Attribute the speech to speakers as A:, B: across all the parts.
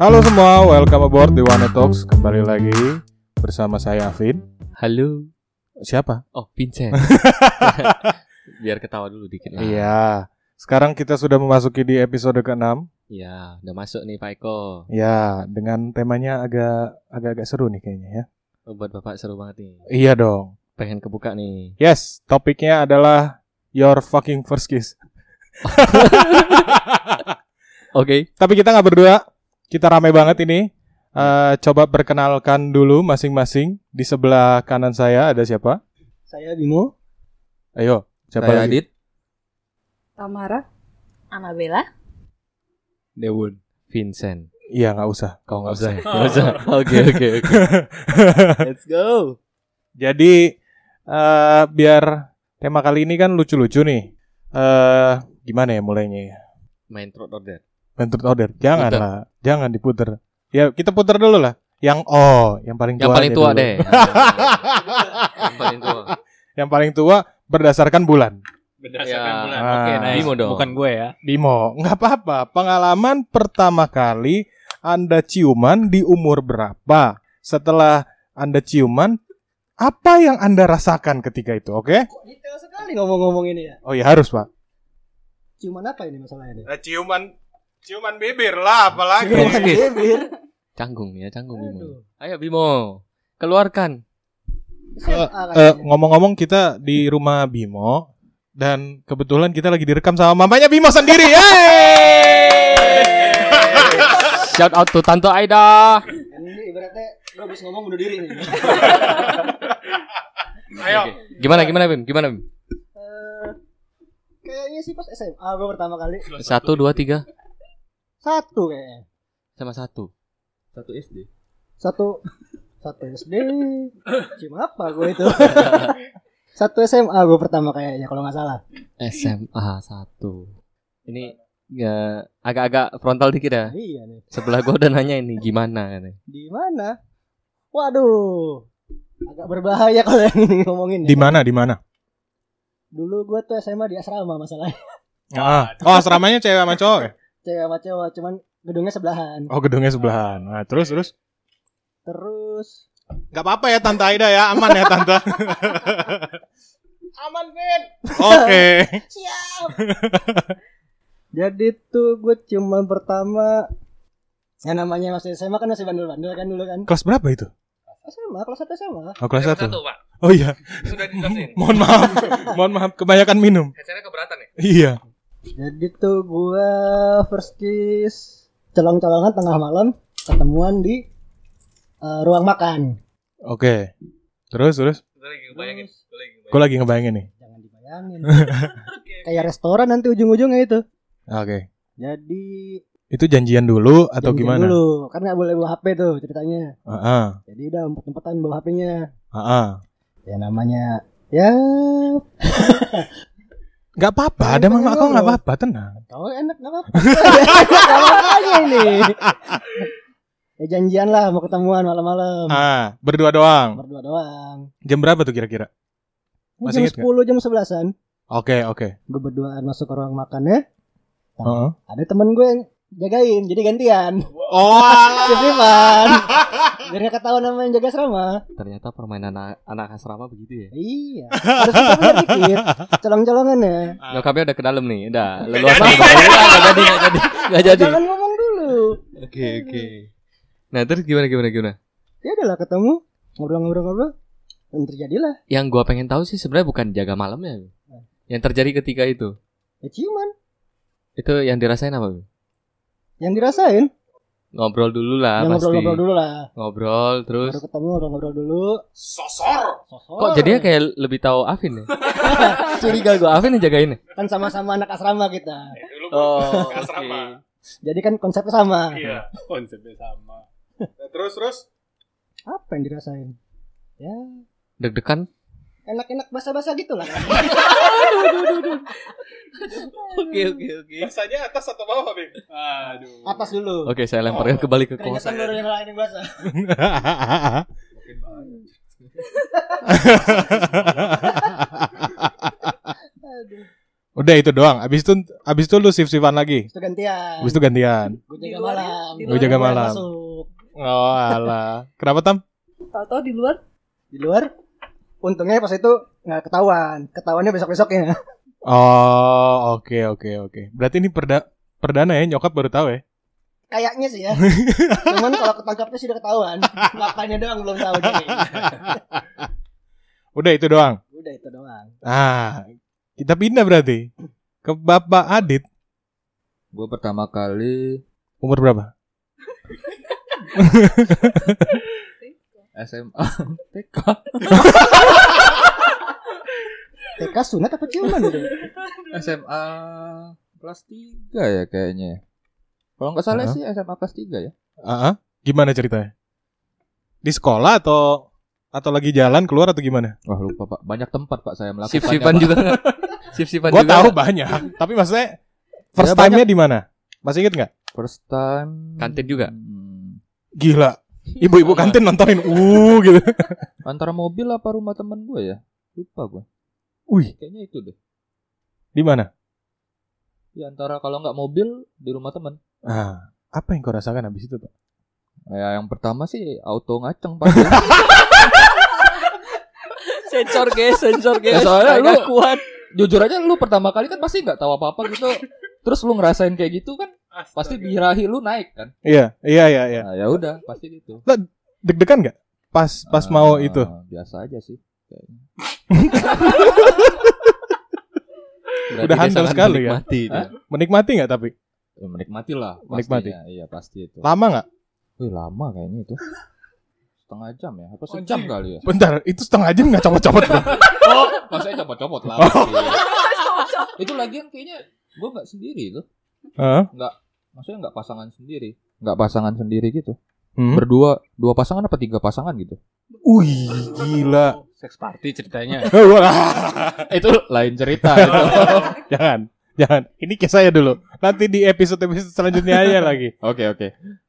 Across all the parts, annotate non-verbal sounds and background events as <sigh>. A: Halo semua, welcome aboard di One Talks kembali lagi bersama saya Vin.
B: Halo.
A: Siapa?
B: Oh, <laughs> Vincent. Biar ketawa dulu dikit lah.
A: Iya. Sekarang kita sudah memasuki di episode ke-6.
B: Iya, udah masuk nih Pak Eko.
A: Ya, dengan temanya agak agak agak seru nih kayaknya ya.
B: Oh, Buat Bapak seru banget nih.
A: Iya dong.
B: Pengen kebuka nih.
A: Yes, topiknya adalah your fucking first kiss.
B: Oke.
A: Tapi kita nggak berdua, kita rame banget ini. Eh, coba perkenalkan dulu masing-masing. Di sebelah kanan saya ada siapa?
C: Saya Bimo.
A: Ayo, siapa
B: Saya
A: lagi?
B: Adit.
D: Tamara, Anabella,
B: Dewon. Vincent.
A: Iya, nggak usah.
B: Kau
A: nggak
B: nggak usah. ya? Nggak usah. <laughs> Oke, oke, <laughs> oke.
C: Let's go.
A: Jadi eh biar tema kali ini kan lucu-lucu nih. Eh gimana ya mulainya ya?
B: Main trot order.
A: Menurut order. Jangan lah, jangan diputer. Ya kita puter dulu lah. Yang oh, yang paling tua.
B: Yang paling
A: aja
B: tua
A: dulu.
B: deh. Ah, Yang paling tua.
A: yang paling tua berdasarkan bulan.
B: Berdasarkan Ya. bulan.
A: Oke, nice.
B: Bimo dong.
C: Bukan gue ya.
A: Bimo, nggak apa-apa. Pengalaman pertama kali Anda ciuman di umur berapa? Setelah Anda ciuman, apa yang Anda rasakan ketika itu? Oke?
C: Kok detail sekali ngomong-ngomong ini ya.
A: Oh ya harus pak.
C: Cuman apa ini masalahnya ini?
A: ciuman, ciuman bibir lah, apalagi.
B: Ciuman bibir.
C: Bibir.
B: Canggung nih ya, canggung Bimo.
C: Aduh.
B: Ayo Bimo. Keluarkan.
C: SMA
A: Eh,
C: kayaknya.
A: ngomong-ngomong kita di rumah Bimo dan kebetulan kita lagi direkam sama mamanya Bimo sendiri. Yeay!
B: Shout out to Tante Aida.
C: Ini ibaratnya udah habis ngomong bunuh diri nih.
B: Oke. Gimana gimana Bim? Gimana Bim?
C: Eh, kayaknya sih pas SMA gue pertama kali.
B: Satu, dua, tiga.
C: Satu kayaknya.
B: Sama satu. Satu SD.
C: Satu satu SD. Cuma apa gue
B: <laughs>
C: itu? satu SMA gue pertama kayaknya kalau nggak salah.
B: SMA 1 Ini ya, agak-agak frontal dikit ya
C: Iya nih.
B: Sebelah gua udah nanya ini gimana ini.
C: Di mana? Waduh. Agak berbahaya kalau yang ini ngomongin. ya.
A: di mana? Di mana?
C: Dulu gue tuh SMA di asrama masalahnya.
A: Ah. Oh, asramanya cewek sama cowok. ya?
C: Cewek sama cewek cuman gedungnya sebelahan.
A: Oh, gedungnya sebelahan. Nah, terus terus.
C: Terus
A: Gak apa-apa ya Tante Aida ya, aman ya Tante. aman, Vin. <laughs> Oke.
C: <laughs> jadi tuh gue cuman pertama yang namanya masih SMA kan masih bandel-bandel kan dulu kan.
A: Kelas berapa itu?
C: SMA kelas satu SMA.
A: Oh, kelas 1. Oh iya,
E: Sudah dijelasin.
A: mohon maaf. mohon maaf kebanyakan minum.
E: Acaranya keberatan ya?
A: Iya.
C: Jadi tuh gue first kiss colong-colongan tengah malam ketemuan di eh, ruang makan.
A: Oke. Terus terus.
E: Gue lagi ngebayangin. Gue lagi ngebayangin.
A: Gue lagi ngebayangin nih.
C: Jangan dibayangin. <laughs> Kayak restoran nanti ujung-ujungnya itu.
A: Oke.
C: Jadi
A: Itu janjian dulu atau
C: janjian
A: gimana?
C: Dulu, kan nggak boleh bawa HP tuh ceritanya.
A: Heeh.
C: Jadi udah empat-empatan bawa HP-nya.
A: Heeh.
C: Ya namanya ya
A: Gak apa-apa, ada mama aku gak apa-apa, tenang.
C: kau enak nggak apa-apa. Nggak apa-apanya ini. Ya janjian lah mau ketemuan malam-malam.
A: Ah, berdua doang.
C: Berdua doang.
A: Jam berapa tuh kira-kira? Masih
C: Ini jam
A: ingat nggak?
C: sepuluh jam sebelasan.
A: Oke, oke.
C: Gue berduaan masuk ke ruang makan ya.
A: Heeh.
C: Ada temen gue yang jagain, jadi gantian.
A: Oh, alah.
C: Sip-sipan. Biar nggak ketahuan sama yang jaga asrama.
B: Ternyata permainan anak, anak asrama begitu ya
C: Iya. Harus kita punya dikit. Colong-colongan ya.
B: Nyokapnya udah ke dalam nih Udah leluasa udah Nggak jadi Nggak jadi
A: Eh,
B: Nggak jadi
C: Jangan ngomong dulu.
B: Oke oke Nah terus gimana gimana gimana
C: Ya adalah ketemu ngobrol-ngobrol-ngobrol. Dan terjadilah
B: Yang gua pengen tahu sih sebenarnya bukan jaga malamnya Yang terjadi ketika itu
C: ya ciuman
B: Itu yang dirasain apa Bim?
C: yang dirasain.
B: Ngobrol dulu lah Ah,
C: yang
B: pasti
C: ngobrol-ngobrol dulu lah.
B: Ngobrol, terus
C: Baru ketemu ngobrol-ngobrol dulu.
A: Sosor.
C: Sosok.
B: Kok jadinya kayak lebih tahu Afin ya Curiga gua Afin yang jagain ya
C: kan sama-sama anak asrama kita.
E: Dulu
B: Oh oke
C: Jadi kan konsepnya sama.
E: Iya. Konsepnya sama.
A: Nah, Terus, terus.
C: Apa yang dirasain? Ya
B: Deg-degan
C: enak-enak basa-basa gitu lah.
B: Oke oke oke.
A: Biasanya atas atau bawah, Bim?
E: Aduh.
C: Atas dulu.
B: Oke saya lemparkan kembali ke
C: Keringetan
B: kosan.
C: baru yang lain yang basah. Aduh.
A: Udah itu doang. Abis itu, abis itu lu shift shiftan lagi.
C: Itu gantian.
A: Abis itu gantian.
C: Gue
D: di
C: jaga
D: luar ya?
C: malam.
D: Di
A: luar. Oh, jaga malam.
C: Masuk.
A: Oh alah. Kenapa Tam?
D: Tahu-tahu di luar
C: Di luar. Untungnya pas itu nggak ketahuan. Ketahuannya besok-besoknya.
A: Oh oke oke oke. Berarti ini perda perdana ya nyokap baru tahu ya.
C: Kayaknya
A: <laughs>
C: sih ya. Cuman kalau ketangkapnya sudah ketahuan. Makanya doang belum tahu dia.
A: Udah itu doang.
C: Udah itu doang.
A: Ah kita pindah berarti ke Bapak Adit
F: Gue pertama kali
A: umur berapa?
F: <laughs> SMA TK.
C: TK sunat apa ciuman itu?
F: SMA kelas 3 ya kayaknya. Kalau nggak salah
A: Hah?
F: sih SMA kelas 3 ya.
A: Ah, ah. gimana ceritanya? Di sekolah atau atau lagi jalan keluar atau gimana?
F: Wah lupa pak, banyak tempat pak saya melakukan.
B: Sip-sipan juga nggak? Sip-sipan
A: Gue
B: juga
A: tahu
B: nggak?
A: banyak, tapi maksudnya first
F: Ya,
A: time-nya
F: banyak.
A: di mana? Masih inget nggak?
F: First time.
B: Kantin juga? kan?
F: Hmm, Iya.
A: Gila, ibu-ibu kantin nontonin, uh gitu.
F: Antara mobil apa rumah temen gue ya? Lupa gue.
A: Wih,
F: Kayaknya itu deh.
A: di mana?
F: Di antara kalau nggak mobil di rumah temen.
A: Ah, apa yang kau rasakan habis itu, Pak?
F: Ya, yang pertama sih auto ngaceng
B: <laughs>
F: pak. Ya,
B: Sensor guys, sensor guys.
F: Ya, soalnya
B: Iya, Agak
F: lu-
B: kuat.
F: Jujur aja lu pertama kali kan pasti nggak tahu apa apa gitu. Terus lu ngerasain kayak gitu kan pasti birahi lu naik kan.
A: Iya, iya, iya, iya.
F: Nah, ya udah pasti gitu.
A: Deg-degan nggak? Pas pas
F: Ah,
A: mau itu.
F: Biasa aja sih. kayaknya.
B: Berarti
A: Udah
B: dia
A: handal
B: sangat
A: sekali ya?
B: menikmati dia.
F: Hah?
A: Menikmati nggak tapi?
F: Ya, menikmati lah.
A: Menikmati.
F: pastinya. Iya pasti itu.
A: Lama nggak?
F: Wih lama kayaknya itu. Setengah jam ya? Apa sejam kali ya?
A: Bentar, itu setengah jam nggak copot-copot. Bro.
F: Oh, maksudnya copot-copot lah.
A: Oh.
F: Iya. itu lagian kayaknya gue nggak sendiri itu.
A: Heeh.
F: Maksudnya nggak pasangan sendiri. Nggak pasangan sendiri gitu.
A: Hmm.
F: Berdua, dua pasangan apa tiga pasangan gitu?
A: Wih, gila. Oh,
E: Sex party ceritanya.
F: <laughs> itu lain cerita.
A: <laughs> jangan, jangan. Ini kisah saya dulu. Nanti di episode-episode selanjutnya aja lagi.
F: Oke oke.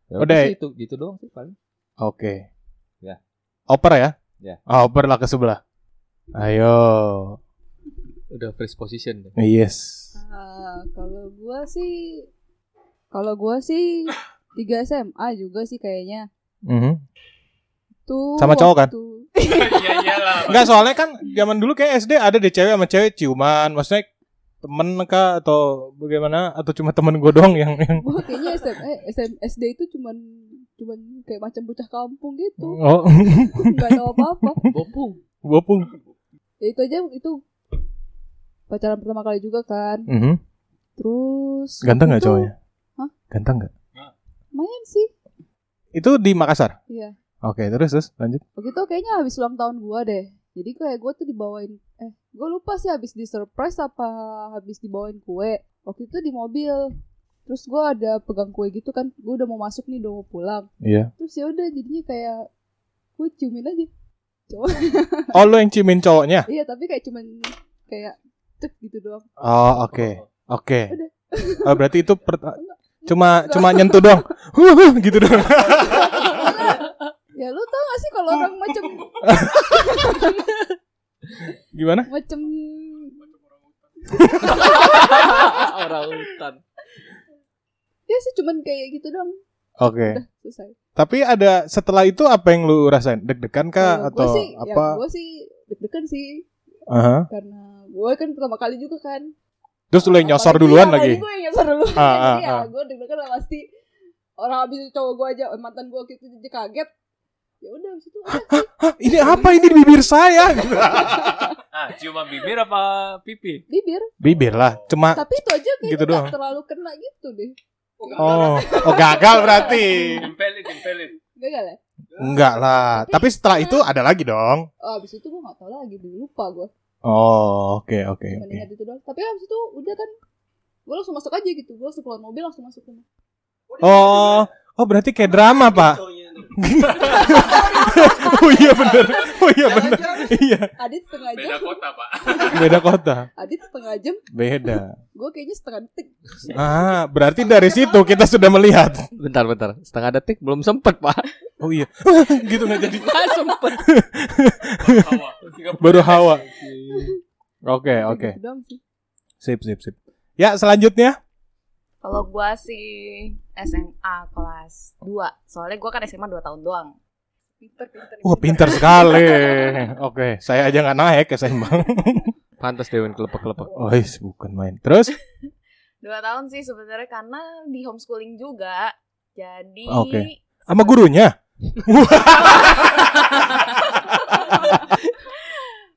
F: Ya
A: Udah.
F: sih, itu gitu doang sih paling.
A: Oke.
F: Ya.
A: Oper ya?
F: Ya.
A: Ah, oper lah ke sebelah. Ayo.
B: Udah first position. deh.
A: Yes.
G: Ah, kalau gua sih kalau gua sih 3 SMA juga sih kayaknya.
A: Mhm.
G: Tuh
A: Sama cowok kan?
G: waktu-
E: Iya iyalah.
A: Enggak soalnya kan zaman dulu kayak SD ada deh cewek sama cewek ciuman. Maksudnya temen kah atau bagaimana atau cuma temen gue doang yang yang
G: Gua kayaknya SM, eh, SM SD itu cuman cuman kayak macam bocah kampung gitu.
A: oh <laughs>
G: <laughs> nggak tahu apa-apa.
B: Bopung.
A: bopung
G: Ya, itu aja itu pacaran pertama kali juga kan.
A: Mhm.
G: Terus
A: ganteng nggak
G: waktu itu-
A: cowoknya
G: Hah?
A: ganteng nggak
G: Lumayan sih.
A: itu di Makassar
G: Iya.
A: oke terus terus lanjut
G: Begitu kayaknya habis ulang tahun gua deh. Jadi kayak gua tuh dibawain eh gua lupa sih habis di surprise apa habis dibawain kue. Waktu itu di mobil. Terus gua ada pegang kue gitu kan. Gua udah mau masuk nih, udah mau pulang.
A: Iya.
G: Terus ya udah jadinya kayak gue ciumin aja.
A: oh lu yang ciumin cowoknya
G: Iya, tapi kayak cuman kayak cek gitu doang.
A: oh oke oke
G: Udah.
A: <laughs> oh, berarti itu perta- cuma cuma nyentuh doang <laughs> Huh, huh, gitu doang
G: Ya lu tau gak sih kalau orang macem
A: gimana
G: macem
B: Orang hutan.
G: ya sih cuman kayak gitu doang.
A: oke
G: Udah selesai.
A: Tapi ada setelah itu apa yang lu rasain? Deg-degan kah
G: Kalau gua
A: atau
G: sih, Ya,
A: apa?
G: gue sih deg-degan sih
A: Aha.
G: karena gue kan pertama kali juga kan
A: Terus lu yang nyosor
G: Apalagi-
A: duluan
G: iya,
A: lagi.
G: apalagi gue yang nyosor duluan
A: Ah, ah,
G: Iya,
A: ah.
G: gue deg-degan lah pasti orang habis itu cowok gue aja eh, mantan gue gitu aja kaget ya udah habis itu udah sih.
A: Hah, ini apa ini di bibir saya?
E: Ah, ciuman bibir apa pipi?
G: bibir
A: bibir lah, cuma
G: tapi itu aja kayak
A: gitu
G: gitu
A: doang.
G: terlalu kena gitu deh
A: oh, oh gagal berarti.
E: Tempelit, tempelit.
G: gagal ya
A: Enggak lah. Tapi setelah itu ada lagi dong.
G: oh, habis itu gue gak tau lagi deh lupa gue
A: Oh, oke oke
G: cuma
A: oke.
G: ingat itu doang tapi habis itu udah kan gue langsung masuk aja gitu gue langsung keluar mobil langsung masuk rumah
A: Oh, oh berarti kayak drama,
C: <laughs>
A: Pak. oh iya bener Oh iya bener Iya,
G: adit setengah
E: Beda
G: jam
E: kota, Pak.
A: beda kota.
G: adit setengah jam
A: Beda.
G: gue kayaknya setengah detik
A: Ah, berarti dari situ kita sudah melihat.
B: Bentar, bentar. Setengah detik belum sempet, Pak.
A: Oh iya. <laughs> gitu nggak jadi.
B: Nggak sempet.
E: Hawa. 30.
A: Baru hawa. Oke,
G: Kayak
A: oke.
G: gitu doang sih
A: Sip, sip, sip. Ya, selanjutnya.
D: Kalau gua sih SMA kelas 2 Soalnya gue kan SMA 2 tahun doang Pinter, pinter
A: Wah pinter sekali. Oke, saya aja nggak naik ya saya bang.
B: Pantas Dewan kelepek-kelepek.
A: Oh, is, bukan main. Terus,
D: Dua tahun sih sebenarnya karena di homeschooling juga Jadi
A: Ah, Oke. sama gurunya.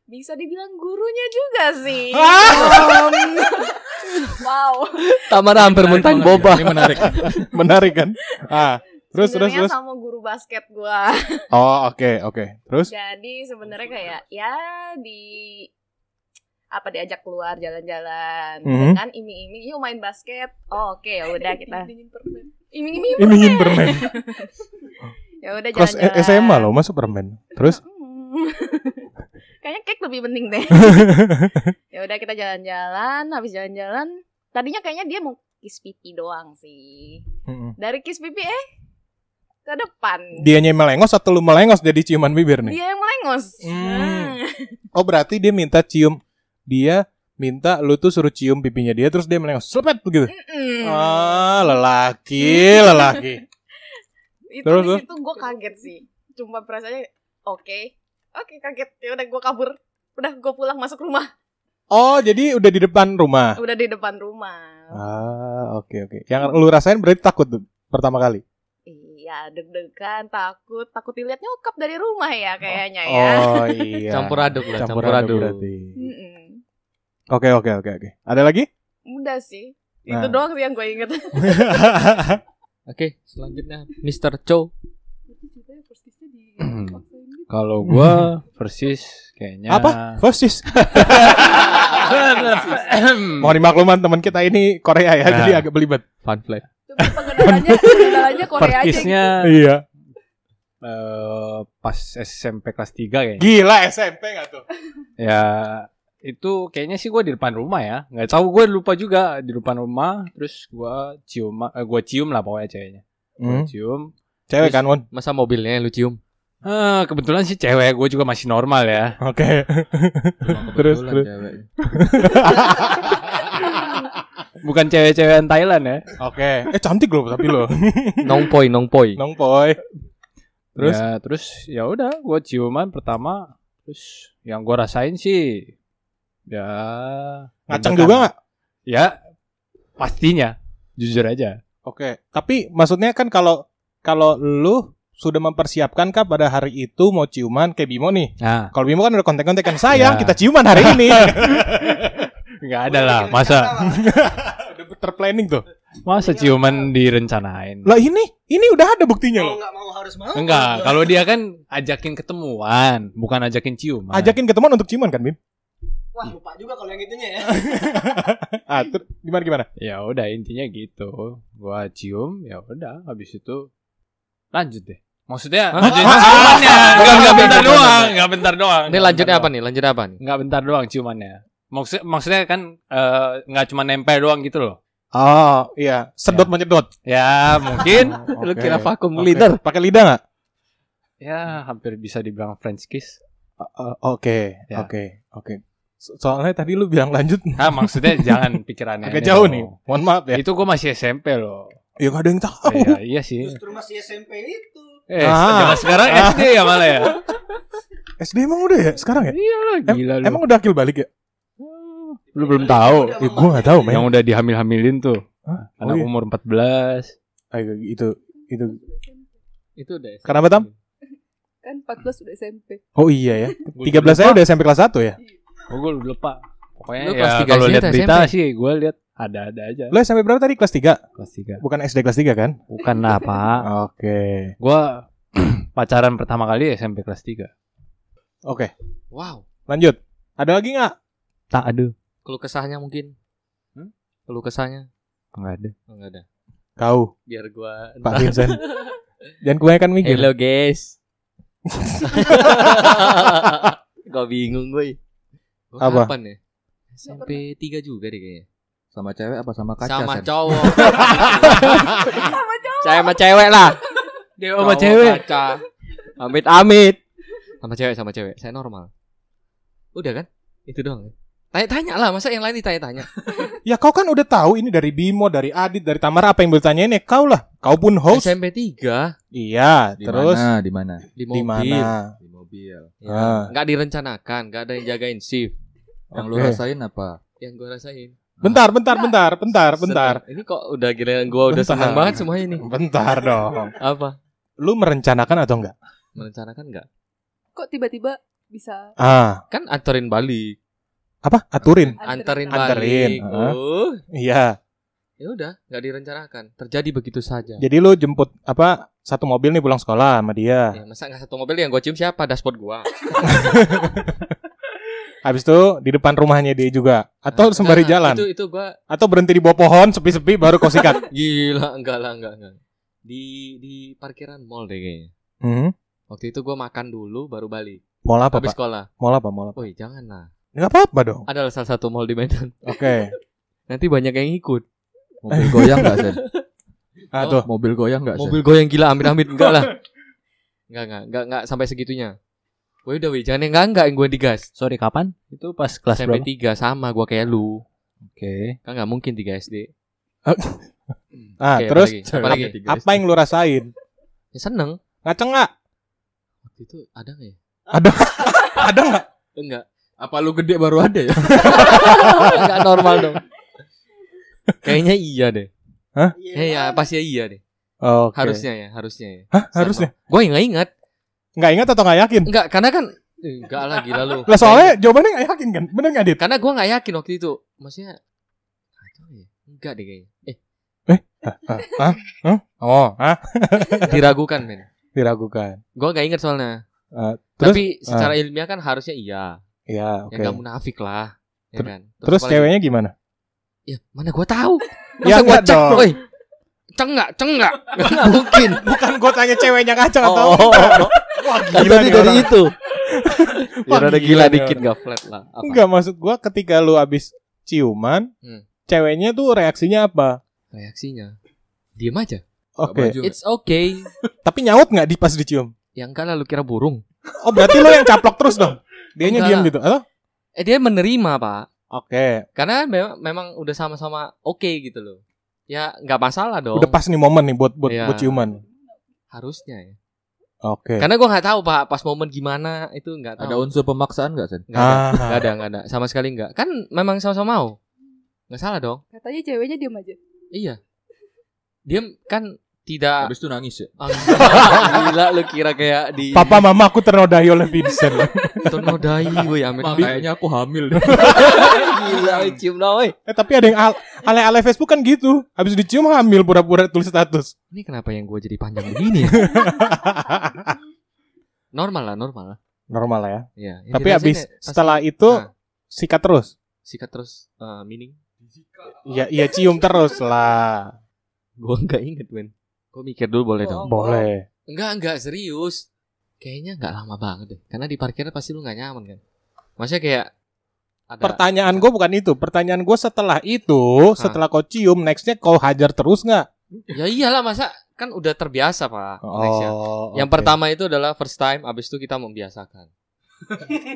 D: bisa dibilang gurunya juga
A: <laughs>
D: sih
A: Ah.
E: Iya.
D: Wow
B: Tamara hampir
E: Menarik
B: muntah
E: banget
B: boba.
E: ya, Ini menarik.
A: <laughs> Menarik kan? Ah, terus, terus,
D: Sebenarnya
A: terus.
D: sama guru basket gua
A: Oh, oke, oke. Terus,
E: Iya.
D: Jadi sebenarnya kayak ya di apa diajak keluar jalan-jalan
A: Mhm.
D: dengan iming-iming yuk main basket. Oh, oke ya udah kita. Iming-iming
A: ini ingin
E: <laughs>
A: bermain.
D: ya udah
A: Kelas E,
D: jalan-jalan.
A: SMA loh, masuk bermain. Terus,
D: Hmm. <laughs> Kayaknya cake lebih penting
A: <laughs>
D: deh. ya udah kita jalan-jalan, habis jalan-jalan tadinya kayaknya dia mau kiss pipi doang sih.
A: Mm-mm.
D: Dari kiss pipi eh ke depan.
A: dianya yang melengos atau lu melengos jadi ciuman bibir
E: Iya.
A: nih?
D: Dia yang melengos.
A: Hmm. Oh berarti dia minta cium dia minta lu tuh suruh cium pipinya dia terus dia melengos slepet gitu.
D: Mm-mm.
A: Ah lelaki lelaki.
D: itu
A: Terus,
D: di
A: terus?
D: situ gue kaget sih cuma perasaannya oke oke kaget ya udah gue kabur udah gue pulang masuk rumah
A: Oh jadi udah di depan rumah.
D: udah di depan rumah
A: Ah oke oke. Yang lu rasain berarti takut tuh pertama kali.
D: iya deg-degan takut takut dilihat nyokap dari rumah ya kayaknya ya
A: Oh iya.
B: Campur aduk lah,
A: Campur
B: campur
A: aduk
B: aduk.
A: berarti.
D: Mm-mm.
A: Oke oke oke oke. Ada lagi?
D: udah sih itu
A: Nah.
D: doang sih yang gue
G: <laughs>
D: inget
B: Oke, selanjutnya Mr. Cho.
G: ya, gitu.
A: <laughs>
H: Kalau gua persis kayaknya
A: Apa? <laughs> Fosis. Mau dimakluman teman kita ini Korea ya,
H: Nah.
A: jadi agak belibet.
B: Fun flag.
G: Tapi pengenalannya pengenalannya Korea aja gitu.
H: Perkisnya
A: Iya.
H: eh, pas SMP kelas 3 kayaknya.
A: Gila SMP nggak tuh?
H: Ya itu kayaknya sih gua di depan rumah ya. Nggak tahu gua lupa juga di depan rumah terus gua cium eh, gua cium lah pokoknya ceweknya. Gua
A: Hmm.
H: cium.
A: Cewek kan Won?
B: Masa mobilnya lu cium?
H: Eh, kebetulan sih cewek gua juga masih normal ya.
A: Oke. <laughs> Terus, terus.
H: Bukan cewek-cewekan Thailand ya.
A: Oke. Eh cantik loh tapi lo.
B: Nongpoi, nongpoi.
A: Nongpoy. Terus?
H: Terus ya, terus ya udah gua ciuman pertama terus yang gua rasain sih ya
A: Ngaceng
H: deg-degan.
A: juga nggak?
H: Ya pastinya jujur aja.
A: Oke. Tapi maksudnya kan kalau kalau lu sudah mempersiapkan kah pada hari itu mau ciuman kayak Bimo nih?
H: Nah,
A: Kalau Bimo kan udah kontek-kontek kan sayang
H: Ya.
A: kita ciuman hari ini.
H: nggak ada lah masa
A: udah terplanning tuh.
H: masa
A: Iya.
H: ciuman direncanain.
A: Lah ini ini udah ada buktinya loh.
C: Kalau nggak mau harus mau.
H: <laughs> Enggak, kalau dia kan ajakin ketemuan, bukan ajakin ciuman.
A: Ajakin ketemuan untuk ciuman kan Bim?
C: Wah lupa juga kalau yang itunya ya.
A: Ah, ter- gimana gimana?
H: Ya udah intinya gitu. Gua cium, ya udah habis itu lanjut deh. Maksudnya maksudnya ciumannya, enggak enggak bentar doang, enggak bentar doang.
B: Ini lanjutnya apa nih? Lanjutnya apa nih?
H: Enggak bentar doang ciumannya. Maksud maksudnya kan eh, nggak cuma nempel doang gitu loh.
A: Oh iya sedot menyedot.
H: Ya mungkin
A: <laughs> Oke.
B: vakum
A: Oke. Pakai lidah nggak?
H: ya hampir bisa dibilang French kiss.
A: O- Oh, Oke
H: Ya.
A: oke oke. So- Soalnya tadi lu bilang lanjut
H: Ah maksudnya jangan
A: <laughs>
H: pikirannya.
A: agak jauh nih. Mohon maaf ya.
H: Itu gua masih SMP loh.
A: Ya nggak ada yang tahu.
H: Iya, iya
A: <laughs>
H: sih.
C: Justru masih SMP itu.
H: Eh,
A: Ah.
H: zaman sekarang SD ya malah ya.
A: <laughs> SD emang udah ya sekarang ya?
H: Iya lah,
A: Em-
H: gila lu.
A: Emang udah akil balik ya?
H: lu belum tahu.
A: Ya gue gak tau
H: Yang
A: men
H: udah dihamil-hamilin tuh.
A: Hah? Oh,
H: Anak
A: iya.
H: umur 14.
A: Ayo, itu itu
B: Itu deh.
A: Kenapa, Tam?
G: Kan 14 udah SMP.
A: Oh iya ya 13 saya udah SMP kelas 1 ya
H: Oh, gue lupa. Pokoknya
B: Lu
H: ya,
B: kelas tiga
H: kalau
B: sih
H: lihat
B: atau
H: berita
B: SMP?
H: sih gue lihat ada-ada aja.
A: Lo SMP berapa tadi? Kelas 3?
H: Kelas 3.
A: Bukan SD kelas 3 kan?
H: Bukan lah, <laughs> Pak.
A: Oke
H: Gue <clears throat> pacaran pertama kali SMP kelas 3.
A: Oke
B: Wow.
A: lanjut Ada lagi gak?
H: Tak ada.
B: Keluh kesahnya mungkin. Hmm? Keluh kesahnya?
H: Enggak ada.
B: Oh, Enggak ada.
A: Kau
B: Biar gua
A: Pak
B: <laughs>
A: Vincent Jangan kebanyakan mikir
B: Hello guys. <laughs> gua bingung gue. Gua
A: Apa?
B: kapan ya? SMP 3 juga deh kayaknya.
I: sama cewek apa sama kaca
B: sama
I: Sen?
B: cowok. Saya <laughs> sama cewek lah.
H: Dia
B: Sama cewek. Amit amit. Sama cewek sama cewek. Saya normal. Udah kan? Itu doang. ya? Tanya-tanya lah, masa yang lain ditanya-tanya.
A: Ya kau kan udah tahu ini dari Bimo, dari Adit, dari Tamara apa yang bertanyain ya kau lah. Kau pun host.
B: SMP 3
A: Iya,
I: Di
A: terus
I: mana? Di mana?
B: di
A: di
B: mobil.
A: mana?
I: Di mobil.
B: Ya,
A: Ah.
B: nggak direncanakan, nggak ada yang jagain shift.
I: Yang lu
A: Oke.
I: rasain apa?
B: Yang gue rasain.
A: Bentar, bentar, bentar, bentar, bentar.
B: Senang. Ini kok udah gila gue udah
A: Bentar.
B: senang banget semuanya ini.
A: Bentar dong.
B: Apa?
A: Lu merencanakan atau enggak?
B: Merencanakan nggak?
G: Kok tiba-tiba bisa
A: Ah,
B: Kan anterin balik,
A: apa? Aturin.
B: anterin,
A: Anterin,
B: balik.
A: ah.
B: Uh,
A: Iya.
B: ya udah, nggak direncanakan. Terjadi begitu saja.
A: Jadi lu jemput apa satu mobil nih pulang sekolah sama dia.
B: Ya, masa nggak satu mobil yang gue cium siapa dashboard gua?
A: Habis itu di depan rumahnya dia juga atau
B: Nah,
A: sembari
B: nggak,
A: jalan
B: Itu itu gua
A: atau berhenti di bawah pohon sepi-sepi baru kau sikat.
B: <laughs> gila enggak lah enggak enggak. Di di parkiran mall deh kayaknya.
A: Hmm?
B: Waktu itu gua makan dulu baru balik.
A: Mall apa,
B: Habis
A: Pak?
B: sekolah.
A: Mall apa, mall apa?
B: Woi, jangan lah.
A: Enggak apa-apa dong.
B: Ada salah satu mall di Medan.
A: Oke.
B: Nanti banyak yang ikut.
I: Mobil goyang enggak,
A: <laughs>
I: Sen?
B: Oh,
A: Ah tuh.
I: Mobil goyang enggak, Sen?
B: Mobil goyang gila amit-amit enggak <laughs> lah. Enggak enggak enggak enggak sampai segitunya. Woi udah woi jangan yang enggak enggak yang gue digas.
J: Sorry kapan? Itu pas kelas
B: SMP
J: berapa?
B: 3 sama gua kayak lu.
J: Oke.
B: Kan enggak mungkin 3 SD.
A: Ah,
B: Oke, apa
A: terus
B: lagi? apa lagi?
A: apa yang lu rasain?
B: Ya, seneng. <laughs>
A: Ngaceng nggak?
B: Waktu itu ada enggak ya?
A: Ada <laughs> nggak?
B: Enggak.
I: Apa lu gede baru ada ya?
B: enggak normal dong. Kayaknya iya deh.
C: Iya.
B: Ya, ya pasti iya deh.
A: Oke.
B: Harusnya ya, harusnya ya.
A: Hah, harusnya.
B: Gue nggak ingat.
A: Nggak ingat atau nggak yakin?
B: Enggak, karena kan enggak lah gila lu.
A: Lah soalnya jawabannya nggak yakin kan? Bener nggak, Dit?
B: karena gue nggak yakin waktu itu. Maksudnya kacau ya? Enggak deh kayaknya. Eh, Ah.
A: Ah, Hah? Hah? Oh, hah?
B: diragukan men.
A: Diragukan.
B: Gue nggak ingat soalnya.
A: Eh, terus-
B: Tapi secara ilmiah kan harusnya iya.
A: Ya, oke.
B: Ya nggak munafik lah. Ya
A: Ter-
B: kan?
A: Terus
B: apa lagi?
A: ceweknya
B: <laughs>
A: gimana?
B: Ya mana gue
A: <laughs>
B: tahu.
A: Ya,
B: Masa gue
A: enggak
B: cek,
A: dong.
B: woi. Cengak, cengak. Nggak mungkin.
A: Bukan gue tanya ceweknya ngaceng atau
J: Oh,
A: Wah,
J: Tadi
A: nih
J: dari
A: orang.
H: <laughs>
J: itu.
A: Wah,
B: Ya
A: gila
B: ada gila
A: nih
B: dikit nggak flat lah. Apa?
A: Enggak maksud gua ketika lu abis ciuman,
B: Hmm.
A: ceweknya tuh reaksinya apa?
B: Reaksinya. Diem aja.
A: <laughs> Oke.
B: It's okay.
A: Tapi nyaut nggak di pas dicium?
B: Yang enggak lah lu kira burung.
A: Oh, berarti lu yang caplok terus dong. Dianya
B: Enggak
A: diam
B: lah.
A: gitu. Atau?
B: Eh dia menerima pak.
A: Oke.
B: Karena memang memang udah sama-sama oke gitu loh. Ya nggak masalah dong.
A: Udah pas nih momen nih buat buat,
B: Iya.
A: buat ciuman.
B: harusnya ya.
A: Oke.
B: Karena gua nggak tahu pak pas momen gimana itu nggak tahu.
I: Ada unsur pemaksaan enggak, Sen?
B: Nggak ada.
A: Ah.
B: Nggak ada, nggak ada. Sama sekali nggak. Kan memang sama-sama mau. Nggak salah dong.
G: katanya ceweknya diam aja?
B: Iya. Dia kan tidak.
I: Habis itu nangis ya.
B: Ah, enggak. <laughs> Gila lu kira kayak di
A: Papa mama aku ternodai oleh
B: <laughs>
A: Vincent.
B: ternodai woi amit.
I: Mak, kayaknya aku hamil
A: <laughs>
I: deh.
B: <laughs> Gila woi, cium lah woi.
A: eh tapi ada yang al- ale-ale Facebook kan gitu. Habis dicium hamil pura-pura tulis status.
B: Ini kenapa yang gua jadi panjang begini? <laughs> ya? normal lah, normal lah.
A: Normal lah ya.
B: Iya. yang
A: tapi
B: dirasain
A: habis
B: ya pasti
A: setelah itu
B: Nah.
A: sikat terus.
B: sikat terus eh, meaning
A: Iya, iya cium terus lah.
B: Gue nggak inget men Gue mikir dulu boleh dong
A: Boleh.
B: Enggak enggak Oh, serius Kayaknya nggak lama banget deh Karena di parkiran pasti lu nggak nyaman kan Maksudnya kayak ada,
A: Pertanyaan gue bukan itu. Pertanyaan gue setelah itu, setelah kau cium, nextnya kau hajar terus nggak?
B: Ya iyalah masa Kan udah terbiasa pak nextnya.
A: Oh,
B: ya. Yang
A: oke.
B: pertama itu adalah first time Abis itu kita membiasakan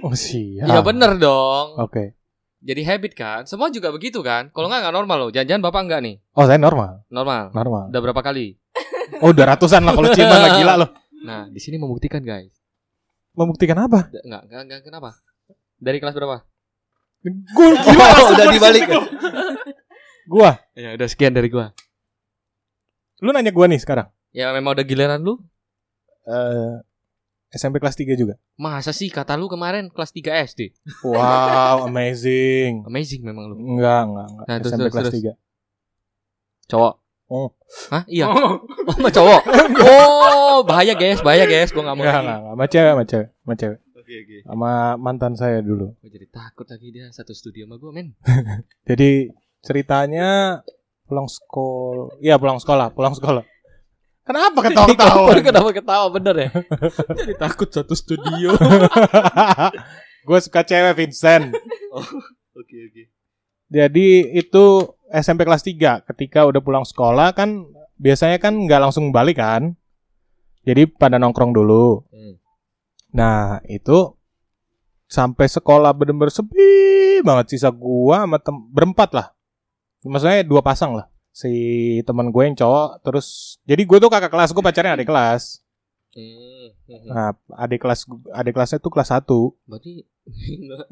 A: Oh siap.
B: Iya bener dong
A: Oke.
B: Jadi habit kan Semua juga begitu kan Kalau nggak nggak normal loh Jangan-jangan bapak nggak nih
A: Oh saya normal,
B: Normal
A: normal.
B: Udah berapa kali
A: Oh udah ratusan lah kalau ciuman lah gila loh.
B: Nah di sini membuktikan guys
A: Membuktikan apa?
B: D- Nggak, nggak, nggak kenapa Dari kelas berapa?
A: Gue gila.
B: Oh, udah dibalik
A: Gua,
B: Ya udah sekian dari gua
A: lu nanya gua nih sekarang.
B: Ya memang udah giliran lu
A: Eh SMP kelas 3 juga.
B: Masa sih kata lu kemarin kelas 3 SD?
A: Wow, amazing.
B: Amazing memang lu.
A: Enggak, enggak, enggak.
B: Nah, terus,
A: SMP
B: terus,
A: kelas
B: terus. Cowok.
A: Oh.
B: Hah? Iya. Oh, sama cowok. <laughs> oh, bahaya guys, bahaya guys. Gua
A: 3.
B: enggak mau.
A: Enggak, enggak, enggak. Sama cewek, sama cewek, sama cewek.
B: Oke, oke.
A: Sama mantan saya dulu.
B: Gua jadi takut lagi dia satu studio sama gua, men.
A: Jadi ceritanya pulang sekolah, ya pulang sekolah, pulang sekolah. Kenapa <laughs> ketawa-ketawa?
B: Kenapa ketawa bener ya?
I: Takut satu studio.
A: <laughs> gue suka cewek Vincent.
B: Oke, oke.
A: Jadi itu SMP kelas 3 ketika udah pulang sekolah kan biasanya kan nggak langsung balik kan. Jadi pada nongkrong dulu.
B: Hmm.
A: Nah itu sampai sekolah bener-bener sepi banget sisa gua sama tem- berempat lah maksudnya dua pasang lah si teman gue yang cowok terus jadi gue tuh kakak kelas gue pacarnya adik kelas
B: Hmm,
A: nah adik kelas adik kelasnya tuh kelas 1
B: Berarti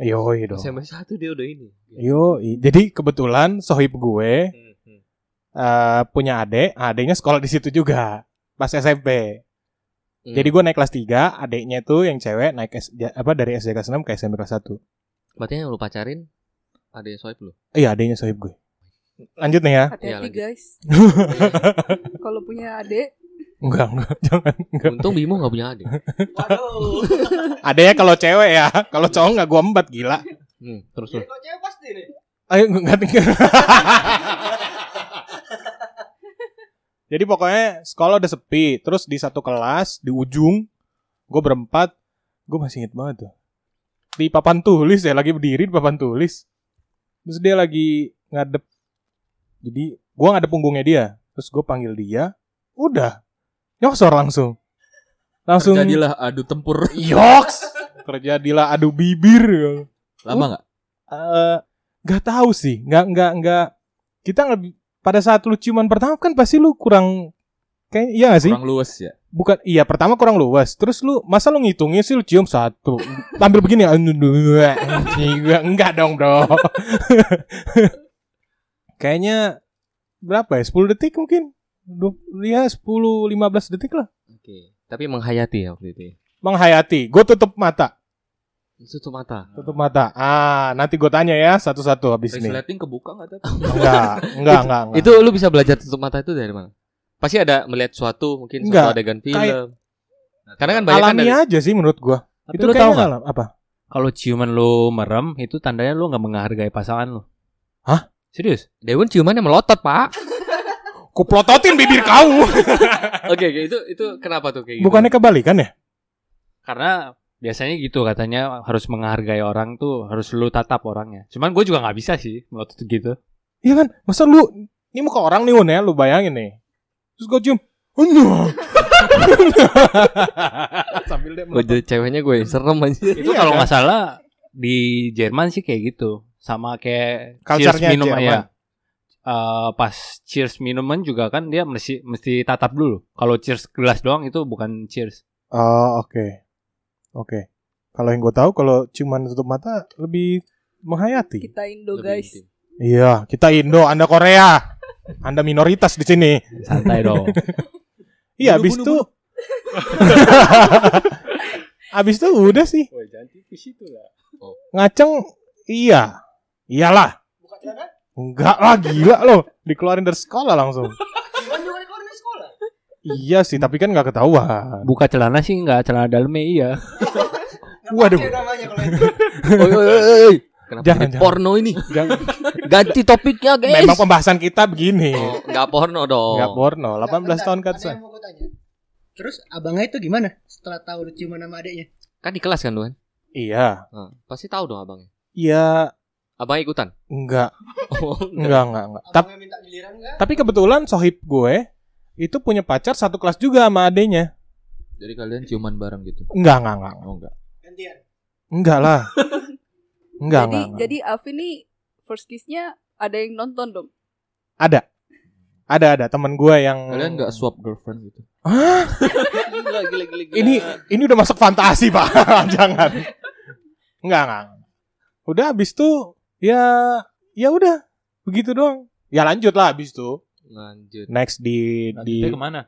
A: Yoi dong.
B: SMP satu dia udah ini.
A: yo jadi kebetulan sohib gue
J: Hmm,
A: eh, punya adek adeknya sekolah di situ juga pas SMP
B: Hmm.
A: jadi gue naik kelas 3 adeknya tuh yang cewek naik S- ja- apa dari SD kelas 6 ke SMP kelas 1
B: Berarti yang lu pacarin ada yang swipe
J: <laughs>
B: lu.
A: Iya adanya sohib gue. Lanjut nih ya.
B: Iya,
G: Hati-hati guys. Kalau punya adik,
A: Enggak, enggak, jangan. Enggak.
B: Untung Bimo gak punya adik.
A: Adanya kalau cewek ya, kalau cowok enggak gue embat gila.
B: Hmm, terus terus.
C: Kok cewek pasti nih?
A: Ayo enggak enggak. <laughs> Jadi pokoknya sekolah udah sepi, terus di satu kelas di ujung gue berempat, gue masih inget banget tuh. Di papan tulis ya lagi berdiri di papan tulis. Terus dia lagi ngadep. Jadi gue ngadep punggungnya dia, terus gue panggil dia, udah nyongsor langsung. Langsung Iya.
I: Jadilah adu tempur.
A: Yoks Terjadilah adu bibir ya.
I: Lama nggak?
A: Eh, nggak tahu sih nggak nggak nggak kita nggak pada saat lu ciuman pertama kan pasti lu kurang kayak iya nggak sih
I: Kurang luwes ya.
A: bukan iya pertama kurang luas terus lu masa lu ngitungnya sih lu cium satu tampil begini <laughs> anu, dua tiga enggak dong bro <laughs> kayaknya berapa ya 10 detik mungkin Du- ya 10 15 detik lah
B: Oke. Tapi menghayati ya waktu itu. ya.
A: menghayati gue tutup mata
B: Tutup mata.
A: tutup mata ah nanti gue tanya ya satu-satu habis ini
I: Resleting kebuka nggak tapi?
A: enggak enggak enggak enggak
B: Itu lu bisa belajar tutup mata itu dari mana? Pasti ada melihat suatu mungkin
A: Enggak,
B: suatu adegan film.
A: kayak-
J: Nah,
B: Karena kan banyak kan
A: alami
B: dari-
A: aja sih menurut gua.
J: Tapi
A: itu
J: lu tahu
A: kayaknya
J: nggak?
A: alam- apa?
J: Kalau ciuman lu merem, itu tandanya lu nggak menghargai pasangan lu.
A: Hah?
J: Serius?
B: Dewan ciumannya melotot,
J: <laughs>
B: Pak.
A: Kuplototin bibir kau.
B: Oke, oke, itu itu kenapa tuh kayak gitu?
A: <laughs> Bukannya kebalikan ya?
J: Karena biasanya gitu katanya harus menghargai orang tuh harus lu tatap orangnya. Cuman gue juga nggak bisa sih melotot gitu.
A: Iya kan? Masa lu ini muka orang nih Won ya, lu bayangin nih. Terus gua cium. Aduh. <laughs> Sambil dia
B: Gue jadi ceweknya gue serem aja.
A: Iya
J: Itu
A: kan?
J: kalau nggak salah di Jerman sih kayak gitu. Sama kayak
A: Culture-nya
J: cheers minum
A: Jerman.
J: ya. Eh, pas cheers minuman juga kan dia mesti mesti tatap dulu. Kalau cheers gelas doang itu bukan cheers.
A: Oh, oke. Oke. Kalau yang gua tahu kalau ciuman tutup mata lebih menghayati.
G: kita Indo
B: Lebih
G: guys.
B: intim.
A: Iya, kita Indo, Anda Korea. Anda minoritas di sini.
J: Santai dong.
A: Iya,
I: Bunuh,
A: habis
I: bunuh,
A: itu <laughs> Habis itu udah sih.
I: Wah jangan tipis itu lah.
B: Oh.
A: Ngaceng iya. Iyalah.
C: Buka celana?
A: Enggak lah gila loh. Dikeluarin dari sekolah langsung.
C: Iwan juga dikeluarin dari sekolah.
A: iya sih, tapi kan nggak ketahuan.
J: Buka celana sih nggak celana dalamnya iya.
C: Nggak
A: Waduh.
C: pakai namanya kalau itu.
B: <laughs> Oi, oi, oi, oi. Kenapa
A: Jangan,
B: jadi
A: jangan.
B: porno ini?
C: <laughs>
A: Jangan.
B: Ganti topiknya, guys.
A: Memang pembahasan kita begini.
B: Oh, nggak porno dong.
A: Enggak porno,
C: Nggak,
A: 18
C: bentar.
A: tahun kan.
C: Ada yang mau gua tanya. Terus abangnya itu gimana setelah tahu lu ciuman sama adiknya?
B: Kan di kelas kan lu kan?
A: Iya.
B: Nah, pasti tahu dong abangnya.
A: Iya,
B: Abangnya ikutan.
A: enggak,
B: Oh, enggak.
A: enggak, enggak, enggak. Tapi
C: Abangnya minta giliran enggak?
A: tapi kebetulan sohib gue itu punya pacar satu kelas juga sama adenya.
I: Jadi kalian ciuman bareng gitu.
A: Enggak, enggak, enggak.
I: Oh enggak.
C: Gantian.
A: Enggak
G: <laughs>
A: lah. Enggak,
G: jadi
A: enggak. enggak.
G: jadi Avi nih first kiss-nya ada yang nonton dong.
A: ada. Ada ada teman gue yang
I: Kalian enggak swap girlfriend gitu.
A: Hah?
B: Gila, gila, gila, gila.
A: ini ini udah masuk fantasi
G: <laughs>
A: pak <laughs> jangan nggak nggak udah habis tuh ya ya udah begitu doang ya lanjut lah habis tuh
B: lanjut.
A: next di di
I: Lanjutnya kemana?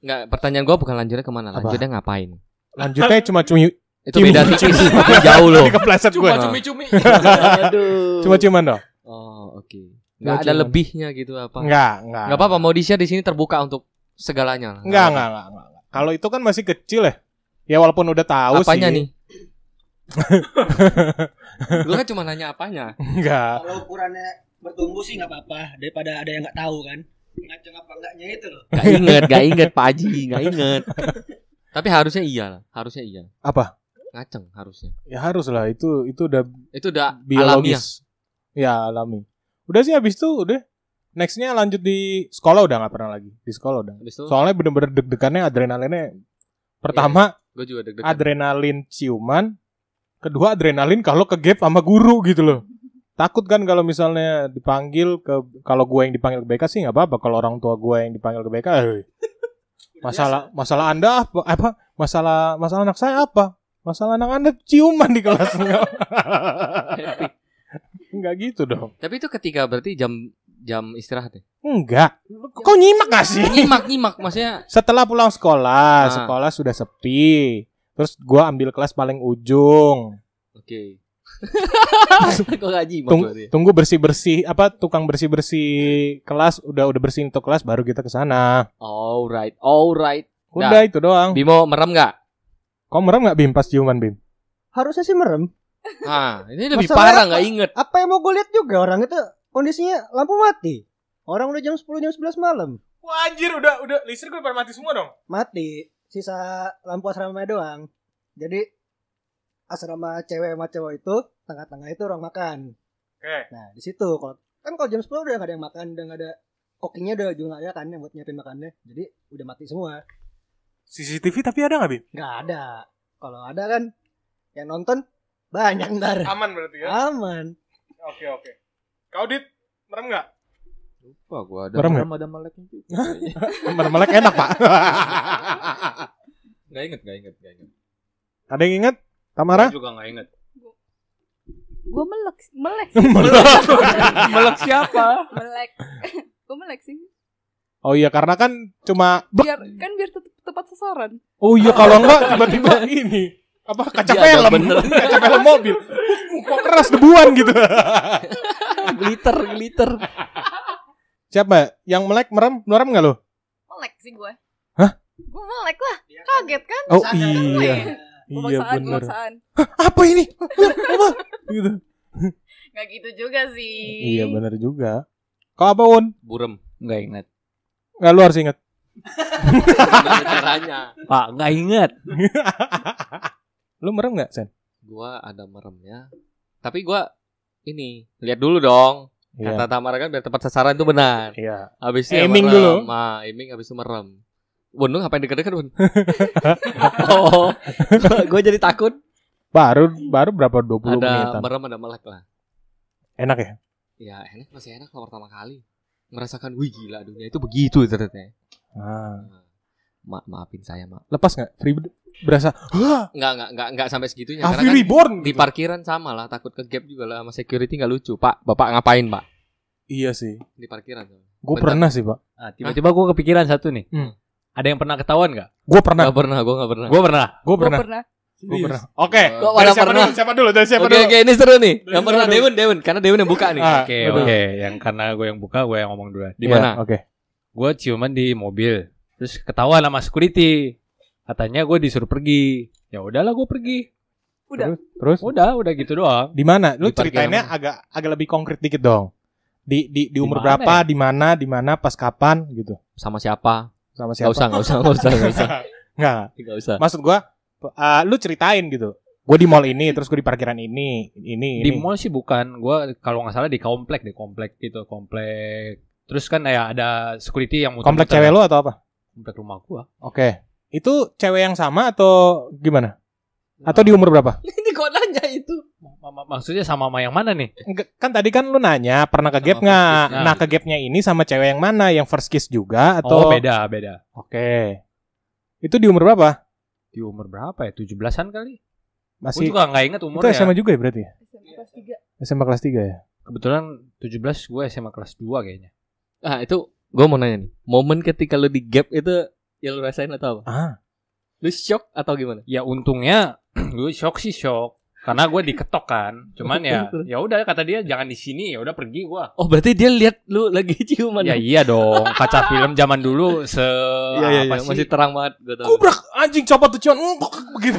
B: Enggak, pertanyaan gua bukan lanjutnya kemana?
A: Apa?
B: Lanjutnya ngapain?
A: lanjutnya cuma cumi
B: <laughs> Itu
A: Cium-
B: beda
A: cium.
B: tipis, <laughs>
A: <laughs>
B: makin jauh loh.
A: Tadi kepleset gue
B: Nah.
I: cumi-cumi.
B: Aduh.
A: cuma cuman dong
B: Oh, oke.
A: Cuma
B: Enggak ada
A: cuman.
B: lebihnya gitu apa?
A: nggak nggak
B: Enggak apa-apa, mau di-share di sini terbuka untuk
A: nggak
B: segalanya.
A: nggak nggak nggak, nggak. kalau itu kan masih kecil ya ya walaupun udah tahu <laughs>
B: Apanya
A: sih
B: nih? Lu kan cuma nanya apanya.
A: nggak
C: Kalau ukurannya bertumbuh sih nggak apa-apa daripada ada yang nggak tahu kan. Ngaceng apa enggaknya itu loh.
B: Gak inget, gak inget Pak Haji, gak inget. Tapi harusnya iya lah, harusnya iya.
A: Apa?
B: Ngaceng harusnya.
A: ya harus lah itu itu udah
B: Itu udah alamiah.
A: biologis ya alami udah sih habis tuh udah nextnya lanjut di sekolah udah nggak pernah lagi di sekolah udah
B: Habis itu
A: Soalnya bener-bener deg-degannya adrenalinnya pertama
B: gue juga deg-degan.
A: adrenalin ciuman Kedua adrenalin kalau ke gap sama guru gitu loh. Takut kan kalau misalnya dipanggil ke kalau gue yang dipanggil ke BK sih nggak apa-apa kalau orang tua gue yang dipanggil ke BK eh, masalah masalah anda apa apa masalah masalah anak saya apa masalah anak anda ciuman di kelasnya <laughs> nggak gitu dong
B: <laughs> Tapi itu ketika berarti jam jam istirahat ya?
A: enggak kau nyimak gak sih
B: Nyimak nyimak maksudnya
A: <laughs> setelah pulang sekolah
B: Ah.
A: sekolah sudah sepi terus gua ambil kelas paling ujung
B: Oke. <laughs> Kok gak jimat
A: Tung-
B: berarti?
A: tunggu bersih bersih apa tukang bersih bersih kelas udah udah bersihin tuh kelas baru kita ke sana
B: Alright, alright.
A: udah
B: Nah.
A: itu doang
B: Bimo merem nggak?
A: kau merem nggak bim pas ciuman bim
C: Harusnya sih merem.
B: Ah, ini lebih
C: Masalahnya
B: parah
C: apa?
B: nggak inget.
C: Apa yang mau gue lihat juga orang itu kondisinya lampu mati. Orang udah jam 10 jam 11 malam.
A: Wah anjir udah udah listrik udah pada mati semua dong.
C: Mati. Sisa lampu asrama doang. Jadi asrama cewek sama cowok itu tengah-tengah itu orang makan.
A: Oke.
C: Nah, di situ kalau kan kalau jam 10 udah gak ada yang makan, udah gak ada kokinya udah juga gak ada kan yang buat nyiapin makannya. Jadi udah mati semua.
A: CCTV tapi ada nggak bim?
C: Gak ada. Kalau ada kan yang nonton banyak ntar.
A: Aman berarti ya?
C: Aman.
A: Oke oke. Kau dit merem nggak?
I: Lupa gua ada
A: Merem ya?
I: merem, ada meleknya juga. kayaknya.
A: merem melek enak <laughs> pak.
I: Nggak inget, nggak inget, nggak inget.
A: ada yang inget? <laughs> Tamara?
H: juga nggak inget.
G: Gue melek,
A: <laughs>
D: Melek.
H: Melek siapa?
G: melek. <laughs> Gue melek sih.
A: Oh iya karena kan cuma Bek!
G: Biar kan biar tetep tepat sasaran.
A: Oh iya
B: <laughs>
A: kalau enggak tiba-tiba ini apa kaca
B: Dia agak
A: film
B: bener.
A: <laughs> kaca film mobil Uh, kok keras debuan gitu
B: <laughs> glitter, glitter.
A: siapa yang melek merem merem nggak lo
D: Melek sih gue.
A: Hah?
D: Gue melek lah. Kaget kan?
A: oh
C: Sadar kan lo ya?
A: iya iya
G: Pemaksaan,
A: bener
G: pemaksaan.
A: apa ini apa gitu
D: Gak gitu juga sih.
A: iya bener juga kau apa Won
B: Burem.
J: Nggak inget.
A: nggak lu harus inget
B: Gimana caranya?
J: Pak, nggak inget.
A: lu merem nggak sen
B: Gua ada meremnya. Tapi gua ini lihat dulu dong.
A: Iya.
B: Kata Tamara kan biar tepat sasaran itu benar.
A: Iya.
B: Habis itu
A: Aiming
B: merem.
A: dulu.
B: Ah, aiming habis itu merem. Bun, lu ngapain deket-deket,
A: <laughs>
B: Bun? oh, gue jadi takut.
A: Baru baru berapa 20
B: Ada
A: menitan.
B: merem, ada melek lah.
A: Enak ya?
B: Ya, enak masih enak kalau pertama kali. Merasakan, wih gila dunia itu begitu ternyata.
A: Ah.
B: Ma maafin saya, Mak.
A: Lepas nggak? Free berasa Hah,
B: Enggak, enggak, enggak, enggak sampai segitunya.
A: Avi
B: Karena kan
A: reborn.
B: di parkiran sama lah, takut ke gap juga lah sama security nggak lucu. Pak, Bapak ngapain, Pak?
A: Iya sih.
B: Di parkiran. Nggak
A: Gue
B: Bentar.
A: pernah sih, Pak.
C: Ah,
J: Nah, tiba-tiba gue kepikiran satu nih.
A: Hmm.
J: Ada yang pernah ketahuan nggak?
A: Gue pernah.
B: pernah, gue nggak pernah.
J: Gue pernah.
A: Gue
G: Gue
A: pernah.
G: pernah.
A: Gue pernah. Oke.
B: Gua
A: Dari
B: malah
A: siapa
B: pernah.
A: dulu? Siapa dulu? Dari siapa
B: Oke,
A: dulu?
B: oke, ini seru nih.
A: Dari
B: Yang pernah
A: siapa
B: Dewan, Dewan, karena Dewan yang buka nih.
A: Ah,
J: Oke,
A: lu
J: oke.
A: dulu.
J: Yang karena gue yang buka, gue yang ngomong duluan.
B: Di
A: Iya,
B: mana?
A: Oke.
J: Gue ciuman di mobil. Terus ketahuan sama security. Katanya gue disuruh pergi. Ya udahlah gue pergi.
A: Terus
J: Udah, udah gitu doang.
A: di mana? Lu
B: Di parkiran
A: ceritainnya agak agak lebih konkret dikit dong. Di di di
J: Di
A: umur
J: mana
A: berapa?
B: ya?
A: Di mana? Di mana? Pas kapan? Gitu.
B: Sama siapa?
A: Sama
B: Nggak
A: siapa?
B: usah, nggak usah, nggak usah, nggak
A: <laughs>
B: usah.
A: Nggak.
B: Nggak usah.
A: Maksud gue, eh, lu ceritain gitu. Gue di mall ini, terus gue di parkiran ini, ini,
J: Di
A: ini.
J: mall sih bukan. Gue kalau nggak salah di komplek deh, komplek gitu, komplek. Terus kan ya ada security yang muter-muter. kan?
A: Komplek cewek lu atau apa?
J: Komplek rumah gua.
A: Oke. Itu cewek yang sama atau gimana? Atau
B: Eh.
A: di umur berapa?
B: Ini kok nanya itu?
J: Ma- ma- Maksudnya sama sama yang mana nih?
A: Enggak, Kan tadi kan lu nanya pernah ke gap
B: first
A: nggak?
J: kiss-nya.
A: Nah ke gapnya ini sama cewek yang mana? Yang first kiss juga
J: Oh
A: atau?
J: beda beda.
A: Oke. Itu di umur berapa?
J: Di umur berapa ya? 17-an kali? Gue
A: Masih
J: juga nggak inget
A: itu
J: umurnya.
A: SMA juga ya berarti? ya?
G: SMA kelas tiga.
A: SMA kelas 3 ya?
J: Kebetulan 17 gue SMA kelas 2 kayaknya.
B: Ah, itu gue mau nanya nih. Momen ketika lu di gap itu yang lu rasain atau apa?
A: Ah.
B: Lu shock atau gimana?
J: Ya untungnya <clears throat> gue shock sih shock. Karena gue
A: <laughs>
J: diketok kan. Cuman
B: <laughs>
J: ya ya udah kata dia jangan di sini ya udah pergi gua.
B: Oh, berarti dia lihat lu lagi <laughs> ciuman.
J: Ya iya dong, kaca film zaman dulu se
B: Iya, iya,
J: apa
B: iya.
J: sih?
B: masih terang banget gue tahu.
A: Kubrak anjing copot tuh cuman mm, gitu. begitu.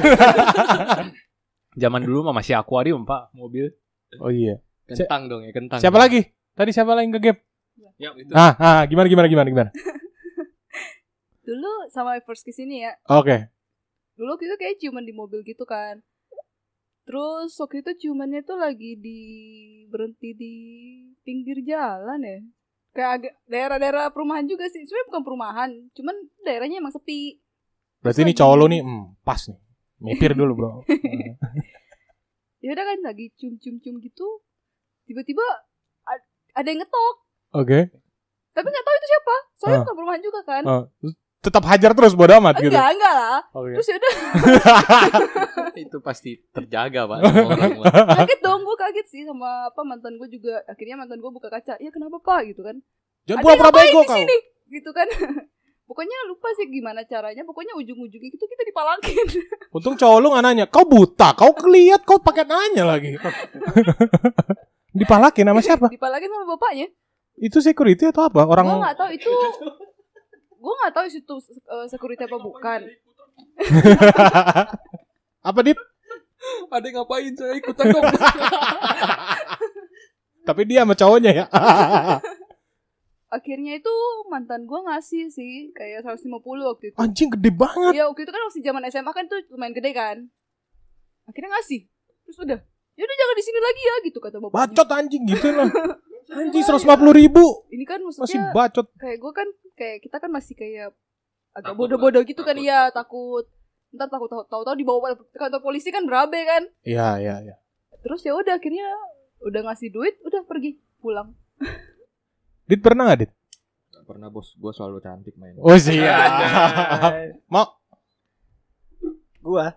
J: Zaman dulu mah masih akuarium, Pak, mobil.
A: <laughs> Oh iya.
B: Kentang dong ya, kentang.
A: Siapa lagi? Tadi siapa lagi ke gap?
J: Ya, itu.
A: Ah, ah, gimana gimana gimana gimana?
G: Dulu sama first kiss ini ya.
A: Oke.
G: Dulu kita kayak ciuman di mobil gitu kan. Terus waktu itu ciumannya tuh lagi di berhenti di pinggir jalan ya. Kayak agak daerah-daerah perumahan juga sih. Sebenarnya bukan perumahan, cuman daerahnya emang sepi.
A: mm, <laughs> Berarti ini cowok lu nih hmm, pas nih. Mikir dulu, Bro.
G: ya udah kan lagi cium cium cium gitu tiba-tiba a- ada yang ngetok
A: Oke.
G: tapi nggak tahu itu siapa soalnya
A: Ah.
G: bukan perumahan juga kan "Oh,
A: Oh, tetap hajar terus bodo amat gitu.
G: enggak enggak lah
A: Oke.
G: terus ya
A: <laughs>
G: udah
B: Ah,
I: itu pasti terjaga
A: <laughs>
I: pak
G: kaget dong gue kaget sih sama apa mantan gue juga akhirnya mantan gue buka kaca ya kenapa pak gitu kan
A: Jangan
G: Ada
A: pura-pura
G: ngapain
A: bego
G: di
A: kau.
G: sini? gitu kan <laughs> pokoknya lupa sih gimana caranya pokoknya ujung-ujungnya gitu kita dipalangin
A: Untung cowok lu nggak nanya, kau buta, kau keliat, kau pakai nanya lagi. <laughs> Dipalakin sama siapa?
G: <laughs> dipalangin sama bapaknya
A: Itu security atau apa? Orang
G: gue nggak tahu itu gue nggak tahu itu eh, security apa bukan
A: <laughs> apa dip?
F: Ada ngapain saya ikutan dong.
A: Tapi dia sama cowoknya ya. <laughs>
G: akhirnya itu mantan gue ngasih sih kayak 150 waktu itu
A: Anjing gede banget.
G: Iya waktu itu kan masih zaman SMA kan tuh lumayan gede kan. Akhirnya ngasih. Terus udah. Ya udah jangan di sini lagi ya gitu kata bapaknya.
A: Bacot anjing gitu lah. Anjing 150 ribu.
G: Ini kan
A: Masih
G: maksudnya
A: bacot.
G: kayak gue kan kayak kita kan masih kayak agak
I: Takut,
G: bodoh-bodoh gitu kan
I: takut,
G: iya takut. Ntar takut tahu-tahu dibawa ke kantor polisi kan berabe kan.
A: Iya, iya, iya.
G: Terus ya udah akhirnya udah ngasih duit udah pergi pulang.
A: Dit pernah gak Dit?
I: Nggak pernah bos gue selalu cantik main
A: Oh sih. <laughs> iya.
C: Gua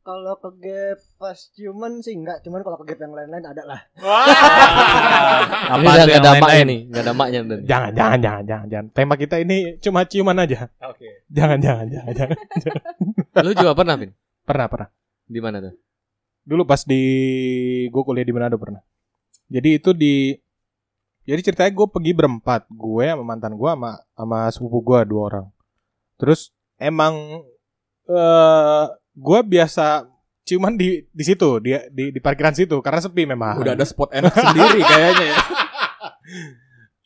C: kalau ke gap pas ciuman sih enggak, cuman kalau ke gap yang lain-lain ada lah.
B: Ini
H: tuh
B: udah
H: yang
B: nggak ada maknya
H: lain-lain?
B: nih, nggak ada maknya dan.
A: Jangan, jangan, jangan, jangan, jangan. Tema kita ini cuma ciuman aja.
H: Oke.
A: Jangan, jangan, jangan, jangan.
B: Lu juga pernah, Vin?
A: Pernah, pernah.
B: Di mana
J: <laughs>
B: tuh?
A: dulu pas di gue kuliah di Manado pernah. Jadi itu di jadi ceritanya gue pergi berempat, gue sama mantan gue sama sama sepupu gue dua orang. Terus emang eh gue biasa ciuman di di situ di, di di parkiran situ karena sepi memang.
F: Udah ada spot enak sendiri
A: kan?
F: kayaknya ya.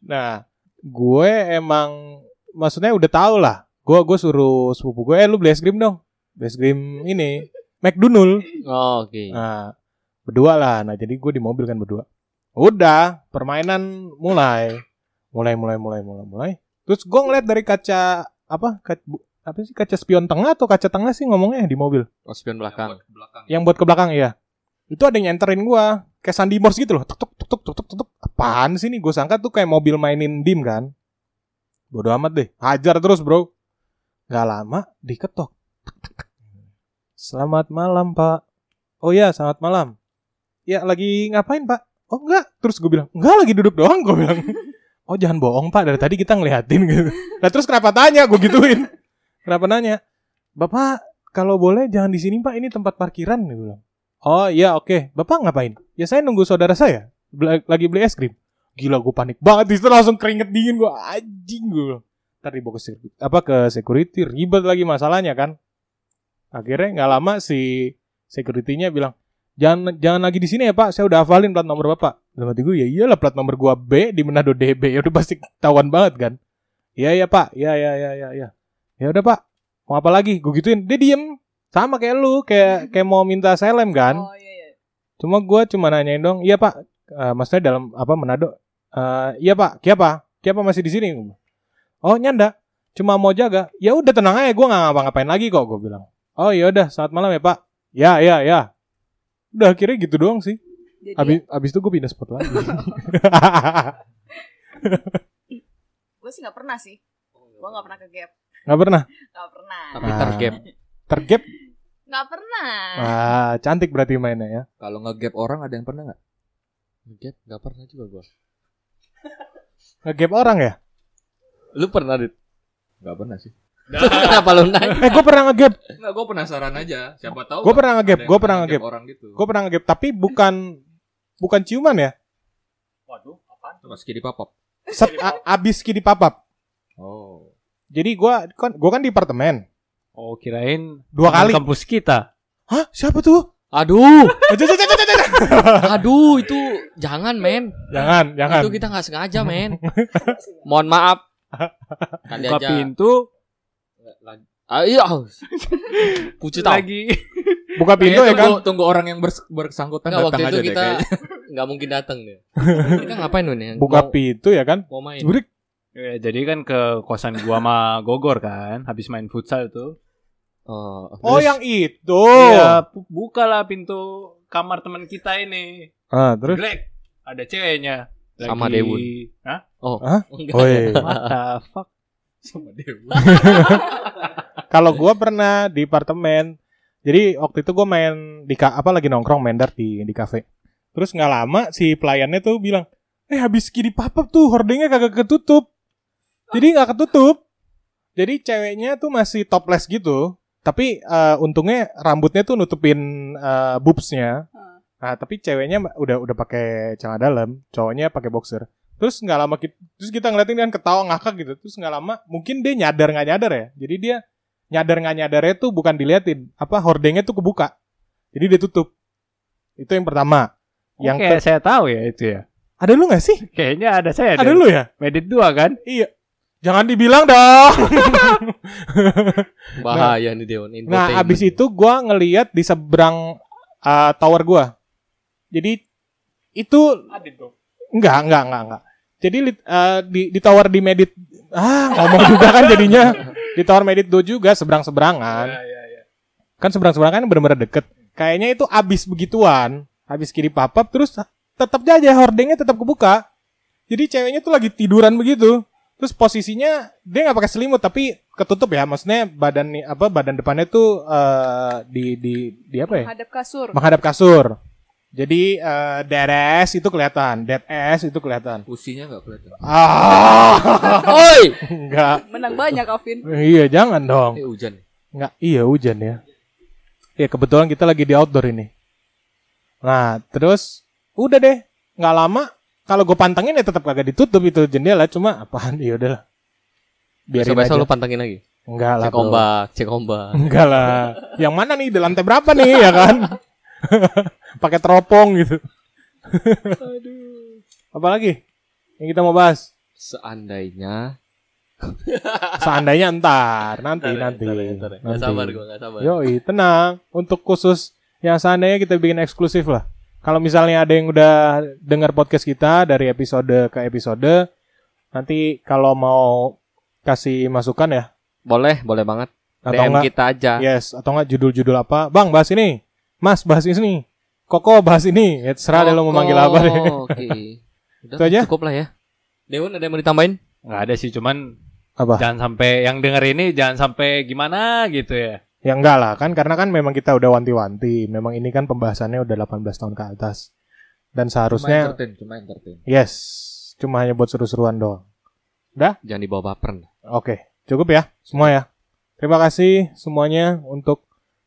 A: Nah, gue emang maksudnya udah tau lah. Gue gue suruh sepupu gue, eh lu beli es krim dong. Beli es krim ini, McDonald.
B: Oh, Oke.
A: Nah, berdua lah. Nah, jadi gue di mobil kan berdua. Udah, permainan mulai. Mulai, mulai, mulai, mulai, mulai. Terus gue ngeliat dari kaca, apa, kaca, apa sih, kaca spion tengah atau kaca tengah sih ngomongnya di mobil.
B: Oh, spion belakang.
A: Yang buat ke belakang, iya. Itu ada yang nyenterin gue. Kayak Sandi Morse gitu loh. Tuk, tuk, tuk, tuk, tuk, tuk, tuk. Apaan sih nih? Gue sangka tuh kayak mobil mainin dim kan. Bodoh amat deh. Hajar terus, bro. Gak lama, diketok. Selamat malam, Pak. Oh iya, selamat malam. Ya, lagi ngapain, Pak? Oh, enggak. Terus gue bilang, enggak lagi duduk doang. Gue bilang, <laughs> oh jangan bohong, Pak. Dari tadi kita ngeliatin gitu. Nah, terus kenapa tanya? Gue gituin. Kenapa nanya? Bapak, kalau boleh jangan di sini, Pak. Ini tempat parkiran. Gue bilang, oh iya, oke. Bapak ngapain? Ya, saya nunggu saudara saya. Bel- Lagi beli es krim. Gila, gue panik banget. Di situ langsung keringet dingin gue. Anjing gue bilang. Ntar dibawa ke, secu- apa, ke security. Ribet lagi masalahnya kan. Akhirnya nggak lama si security-nya bilang, jangan jangan lagi di sini ya pak saya udah hafalin plat nomor bapak dalam hati gue ya iyalah plat nomor gua B <laughs> di Manado DB ya udah pasti ketahuan banget kan iya ya pak ya ya ya ya ya ya udah pak mau apa lagi gue gituin dia diem sama kayak lu kayak kayak mau minta selem kan
G: Oh iya iya.
A: Cuma gua cuma nanyain dong, iya pak, Eh, maksudnya dalam apa Manado? Eh, iya pak, siapa? Siapa masih di sini? Oh nyanda, cuma mau jaga. Ya udah tenang aja, gua nggak ngapa-ngapain lagi kok. Gue bilang. Oh ya udah, saat malam ya pak. Ya ya ya. Udah akhirnya gitu doang sih.
G: Jadi
A: Abis, abis itu gue pindah spot lagi. <laughs>
D: Gue sih nggak pernah sih. Gue nggak pernah ke gap.
A: Gak pernah.
D: Nggak pernah.
B: Tapi
A: Ah.
B: tergap.
A: Tergap.
D: Nggak pernah.
A: Wah, cantik berarti mainnya ya.
I: kalau ngegap orang ada yang pernah nggak
B: Gap nggak pernah juga gua.
A: Ngegap orang ya?
B: Lu pernah dit?
I: nggak pernah sih
B: <laughs> Kenapa lu nanya?
A: Eh, gue pernah ngegap.
H: Enggak, gue penasaran aja. Siapa tahu.
A: Gue pernah ngegap.
H: ada yang
A: Gue pernah ngegap.
H: orang gitu.
A: Gue pernah ngegap. Tapi bukan bukan ciuman ya.
E: Waduh, apaan tuh?
I: terus kiri papap
A: Set, a- abis kiri papap.
I: oh
A: Jadi gua kan gua kan di apartemen.
J: <laughs> Oh, kirain
A: Dua
J: teman
A: kali.
J: kampus kita.
A: Hah, siapa tuh? <laughs>
B: Aduh,
A: Ah, jangan, jangan, jangan, jangan.
B: aduh itu jangan men.
A: Jangan, jangan.
B: Itu gitu. kita nggak sengaja men. Mohon maaf.
F: Kan
B: Kali
J: Buka
B: aja.
J: pintu
B: Ah, iya. Puji tau.
J: lagi.
A: Buka pintu ya kan.
F: Tunggu, tunggu orang yang bers- bersangkutan
B: Nggak waktu itu
F: datang aja deh
B: kita
F: kayaknya.
B: <laughs> nggak mungkin datang
A: <laughs>
B: deh. Kita ngapain men?
A: Buka
B: Mau-
A: pintu ya kan.
B: Mau main.
A: Sebenernya
J: Ya, jadi kan ke kosan gua sama <laughs> Gogor kan, habis main futsal tuh.
B: Oh,
A: Oh, yang itu.
B: Iya.
J: Iya, bu- bukalah pintu
E: kamar teman kita ini.
A: Ah, terus?
E: Black. Ada ceweknya.
B: Sama Dewun.
E: Hah?
B: Oh.
A: Hah?
B: <laughs> Enggak.
A: Woi.
E: What the fuck? Sama Dewun.
A: <laughs> Kalau gua pernah di apartemen. Jadi waktu itu gua main di ka- apa lagi nongkrong main dart di di kafe. Terus nggak lama si pelayannya tuh bilang, "Eh habis kiri papap tuh hordingnya kagak ketutup." Jadi nggak ketutup. Jadi ceweknya tuh masih topless gitu. Tapi eh, untungnya rambutnya tuh nutupin eh, boobsnya. Nah, tapi ceweknya ma- udah udah pakai celana dalam, cowoknya pakai boxer. Terus nggak lama kita, terus kita ngeliatin kan ketawa ngakak gitu. Terus nggak lama mungkin dia nyadar nggak nyadar ya. Jadi dia nyadar nggak nyadarnya tuh bukan diliatin, apa hordengnya tuh kebuka. Jadi dia tutup. Itu yang pertama. Yang
J: Oke,
A: ke-
J: saya tahu ya itu ya.
A: ada lu nggak sih?
J: Kayaknya ada saya.
A: Ada lu ya?
J: Medit 2 kan?
A: Iya. Jangan dibilang dong.
B: Bahaya nih Dewan.
A: Nah, abis itu gua ngeliat di seberang uh, tower gua. Jadi itu
E: Ada dong.
A: enggak, enggak, enggak, enggak. Jadi lit- uh, di di tower di Medit ah ngomong juga kan jadinya
E: <laughs>
A: di tower Medit 2 juga seberang-seberangan.
E: Ya, ya, ya.
A: Kan seberang-seberangan bener-bener deket. Kayaknya itu abis begituan, abis kiri papap terus tetap aja hordengnya tetap kebuka. Jadi ceweknya tuh lagi tiduran begitu. Terus posisinya dia nggak pakai selimut tapi ketutup ya, maksudnya badan ni- apa badan depannya tuh eh, di di di apa ya?
G: Hadap kasur.
A: Menghadap kasur. Jadi eh, dead ass itu kelihatan, dead ass itu kelihatan.
I: Pusinya nggak kelihatan.
A: Ah,
B: <laughs>
A: <laughs>
B: Oi,
A: enggak.
G: Menang banyak Alvin.
A: Iya, jangan dong.
B: ini hujan.
A: Enggak, iya hujan ya. Ya kebetulan kita lagi di outdoor ini. Nah, terus udah deh, nggak lama kalau gue pantengin ya tetap kagak ditutup itu jendela, cuma apaan <laughs> ya udahlah. Biarin
B: Biarin Besok
A: aja.
B: lu pantengin lagi.
A: Enggak lah.
B: Cek
A: bro.
B: ombak, cek ombak.
A: Enggak lah. Yang mana nih? Di lantai berapa nih ya kan? <laughs> Pakai teropong gitu. <laughs> Aduh. Apalagi yang kita mau bahas?
B: Seandainya
A: Seandainya entar, nanti nanti.
B: Ntar ya, ntar ya. Nggak
A: Nanti.
B: sabar gua, nggak sabar.
A: Yoi, tenang. Untuk khusus yang seandainya kita bikin eksklusif lah. Kalau misalnya ada yang udah dengar podcast kita dari episode ke episode, nanti kalau mau kasih masukan ya
B: Boleh, boleh banget.
A: atau
B: DM
A: enggak Iya,
B: kita aja.
A: yes atau enggak judul-judul apa bang bahas ini mas bahas ini koko bahas ini ya terserah deh lo mau
B: Koko,
A: manggil apa deh <laughs>
B: Oh, Oke. Udah,
A: Itu aja?
B: Cukup lah ya. Dewan ada yang mau ditambahin?
J: Enggak ada sih, cuman
A: Apa?
J: Jangan sampai yang denger ini jangan sampai gimana gitu ya.
A: ya enggak lah kan karena kan memang kita udah wanti-wanti memang ini kan pembahasannya udah 18 tahun ke atas dan
I: Cuma
A: seharusnya
I: entertain, cuma entertain.
A: yes cuma hanya buat seru-seruan doang
B: Jangan dibawa baperan.
A: Oke, cukup ya semua ya. Terima kasih semuanya untuk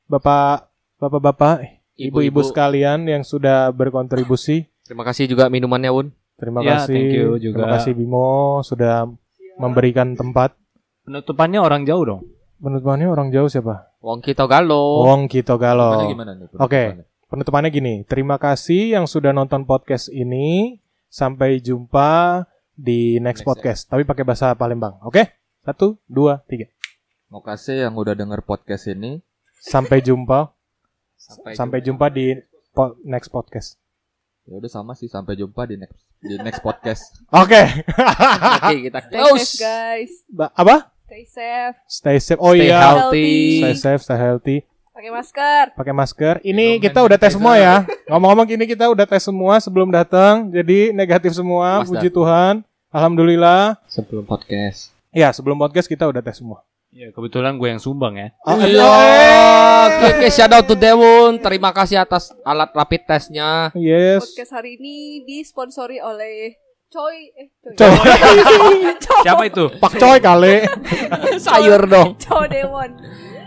A: bapak bapak-bapak, ibu-ibu sekalian yang sudah berkontribusi.
B: Terima kasih juga minumannya, Wun.
A: Terima
J: Ya,
A: kasih.
J: thank you juga.
A: Terima kasih Bimo sudah memberikan tempat.
J: Penutupannya orang jauh dong. Oh.
A: Penutupannya orang jauh siapa?
B: Wongki Togalo.
A: Wong Kito
I: Makanya
A: Galo.
I: gimana nih?
A: Oh. Oke. Penutupannya gini. Terima kasih yang sudah nonton podcast ini. Sampai jumpa di
I: Next
A: next,
B: ya.
A: podcast. Tapi pakai bahasa Palembang. Oke? Satu, dua, tiga.
I: Mau kasih yang udah denger podcast ini.
A: Sampai jumpa.
B: Sampai,
A: sampai jumpa di po- next podcast.
I: Ya udah sama sih sampai jumpa di next di next podcast.
A: Oke.
B: Oke,
A: <laughs>
B: kita
G: Stay
B: close.
G: safe guys.
A: Ba- Apa?
G: Stay safe.
A: Stay safe. Oh
B: Stay
A: iya.
B: healthy.
A: Stay safe, stay healthy.
G: Pakai masker.
A: Pakai masker. Ini
I: Minum
A: kita
I: hand
A: udah tes semua ya.
I: sanitizer.
A: Ngomong-ngomong ini kita udah tes semua sebelum datang. Jadi negatif semua.
B: Mas
A: Puji Tuhan. Alhamdulillah.
B: Sebelum podcast.
A: Ya, sebelum podcast kita udah tes semua.
J: Ya, kebetulan gue yang sumbang ya.
A: Oh,
B: Iya.
A: eh.
B: Oke, oke, shout out to Dewun. Terima kasih atas alat rapid testnya.
A: Yes.
G: Podcast hari ini disponsori oleh Choi eh Choi.
A: Coy,
J: Siapa itu?
A: <laughs> Pak Coy kali.
B: Sayur dong.
G: Cho Dewon.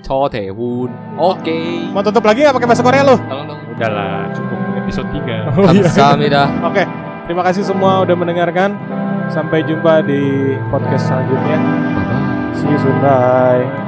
B: Cho Dewun. Oke.
A: Mau tutup lagi nggak pakai bahasa Korea lu?
B: Tolong dong.
J: Udahlah, cukup episode 3.
A: Oh, iya.
B: Kamsahamnida.
A: Oke. Terima kasih semua udah mendengarkan. Sampai jumpa di podcast selanjutnya. See you soon. Bye.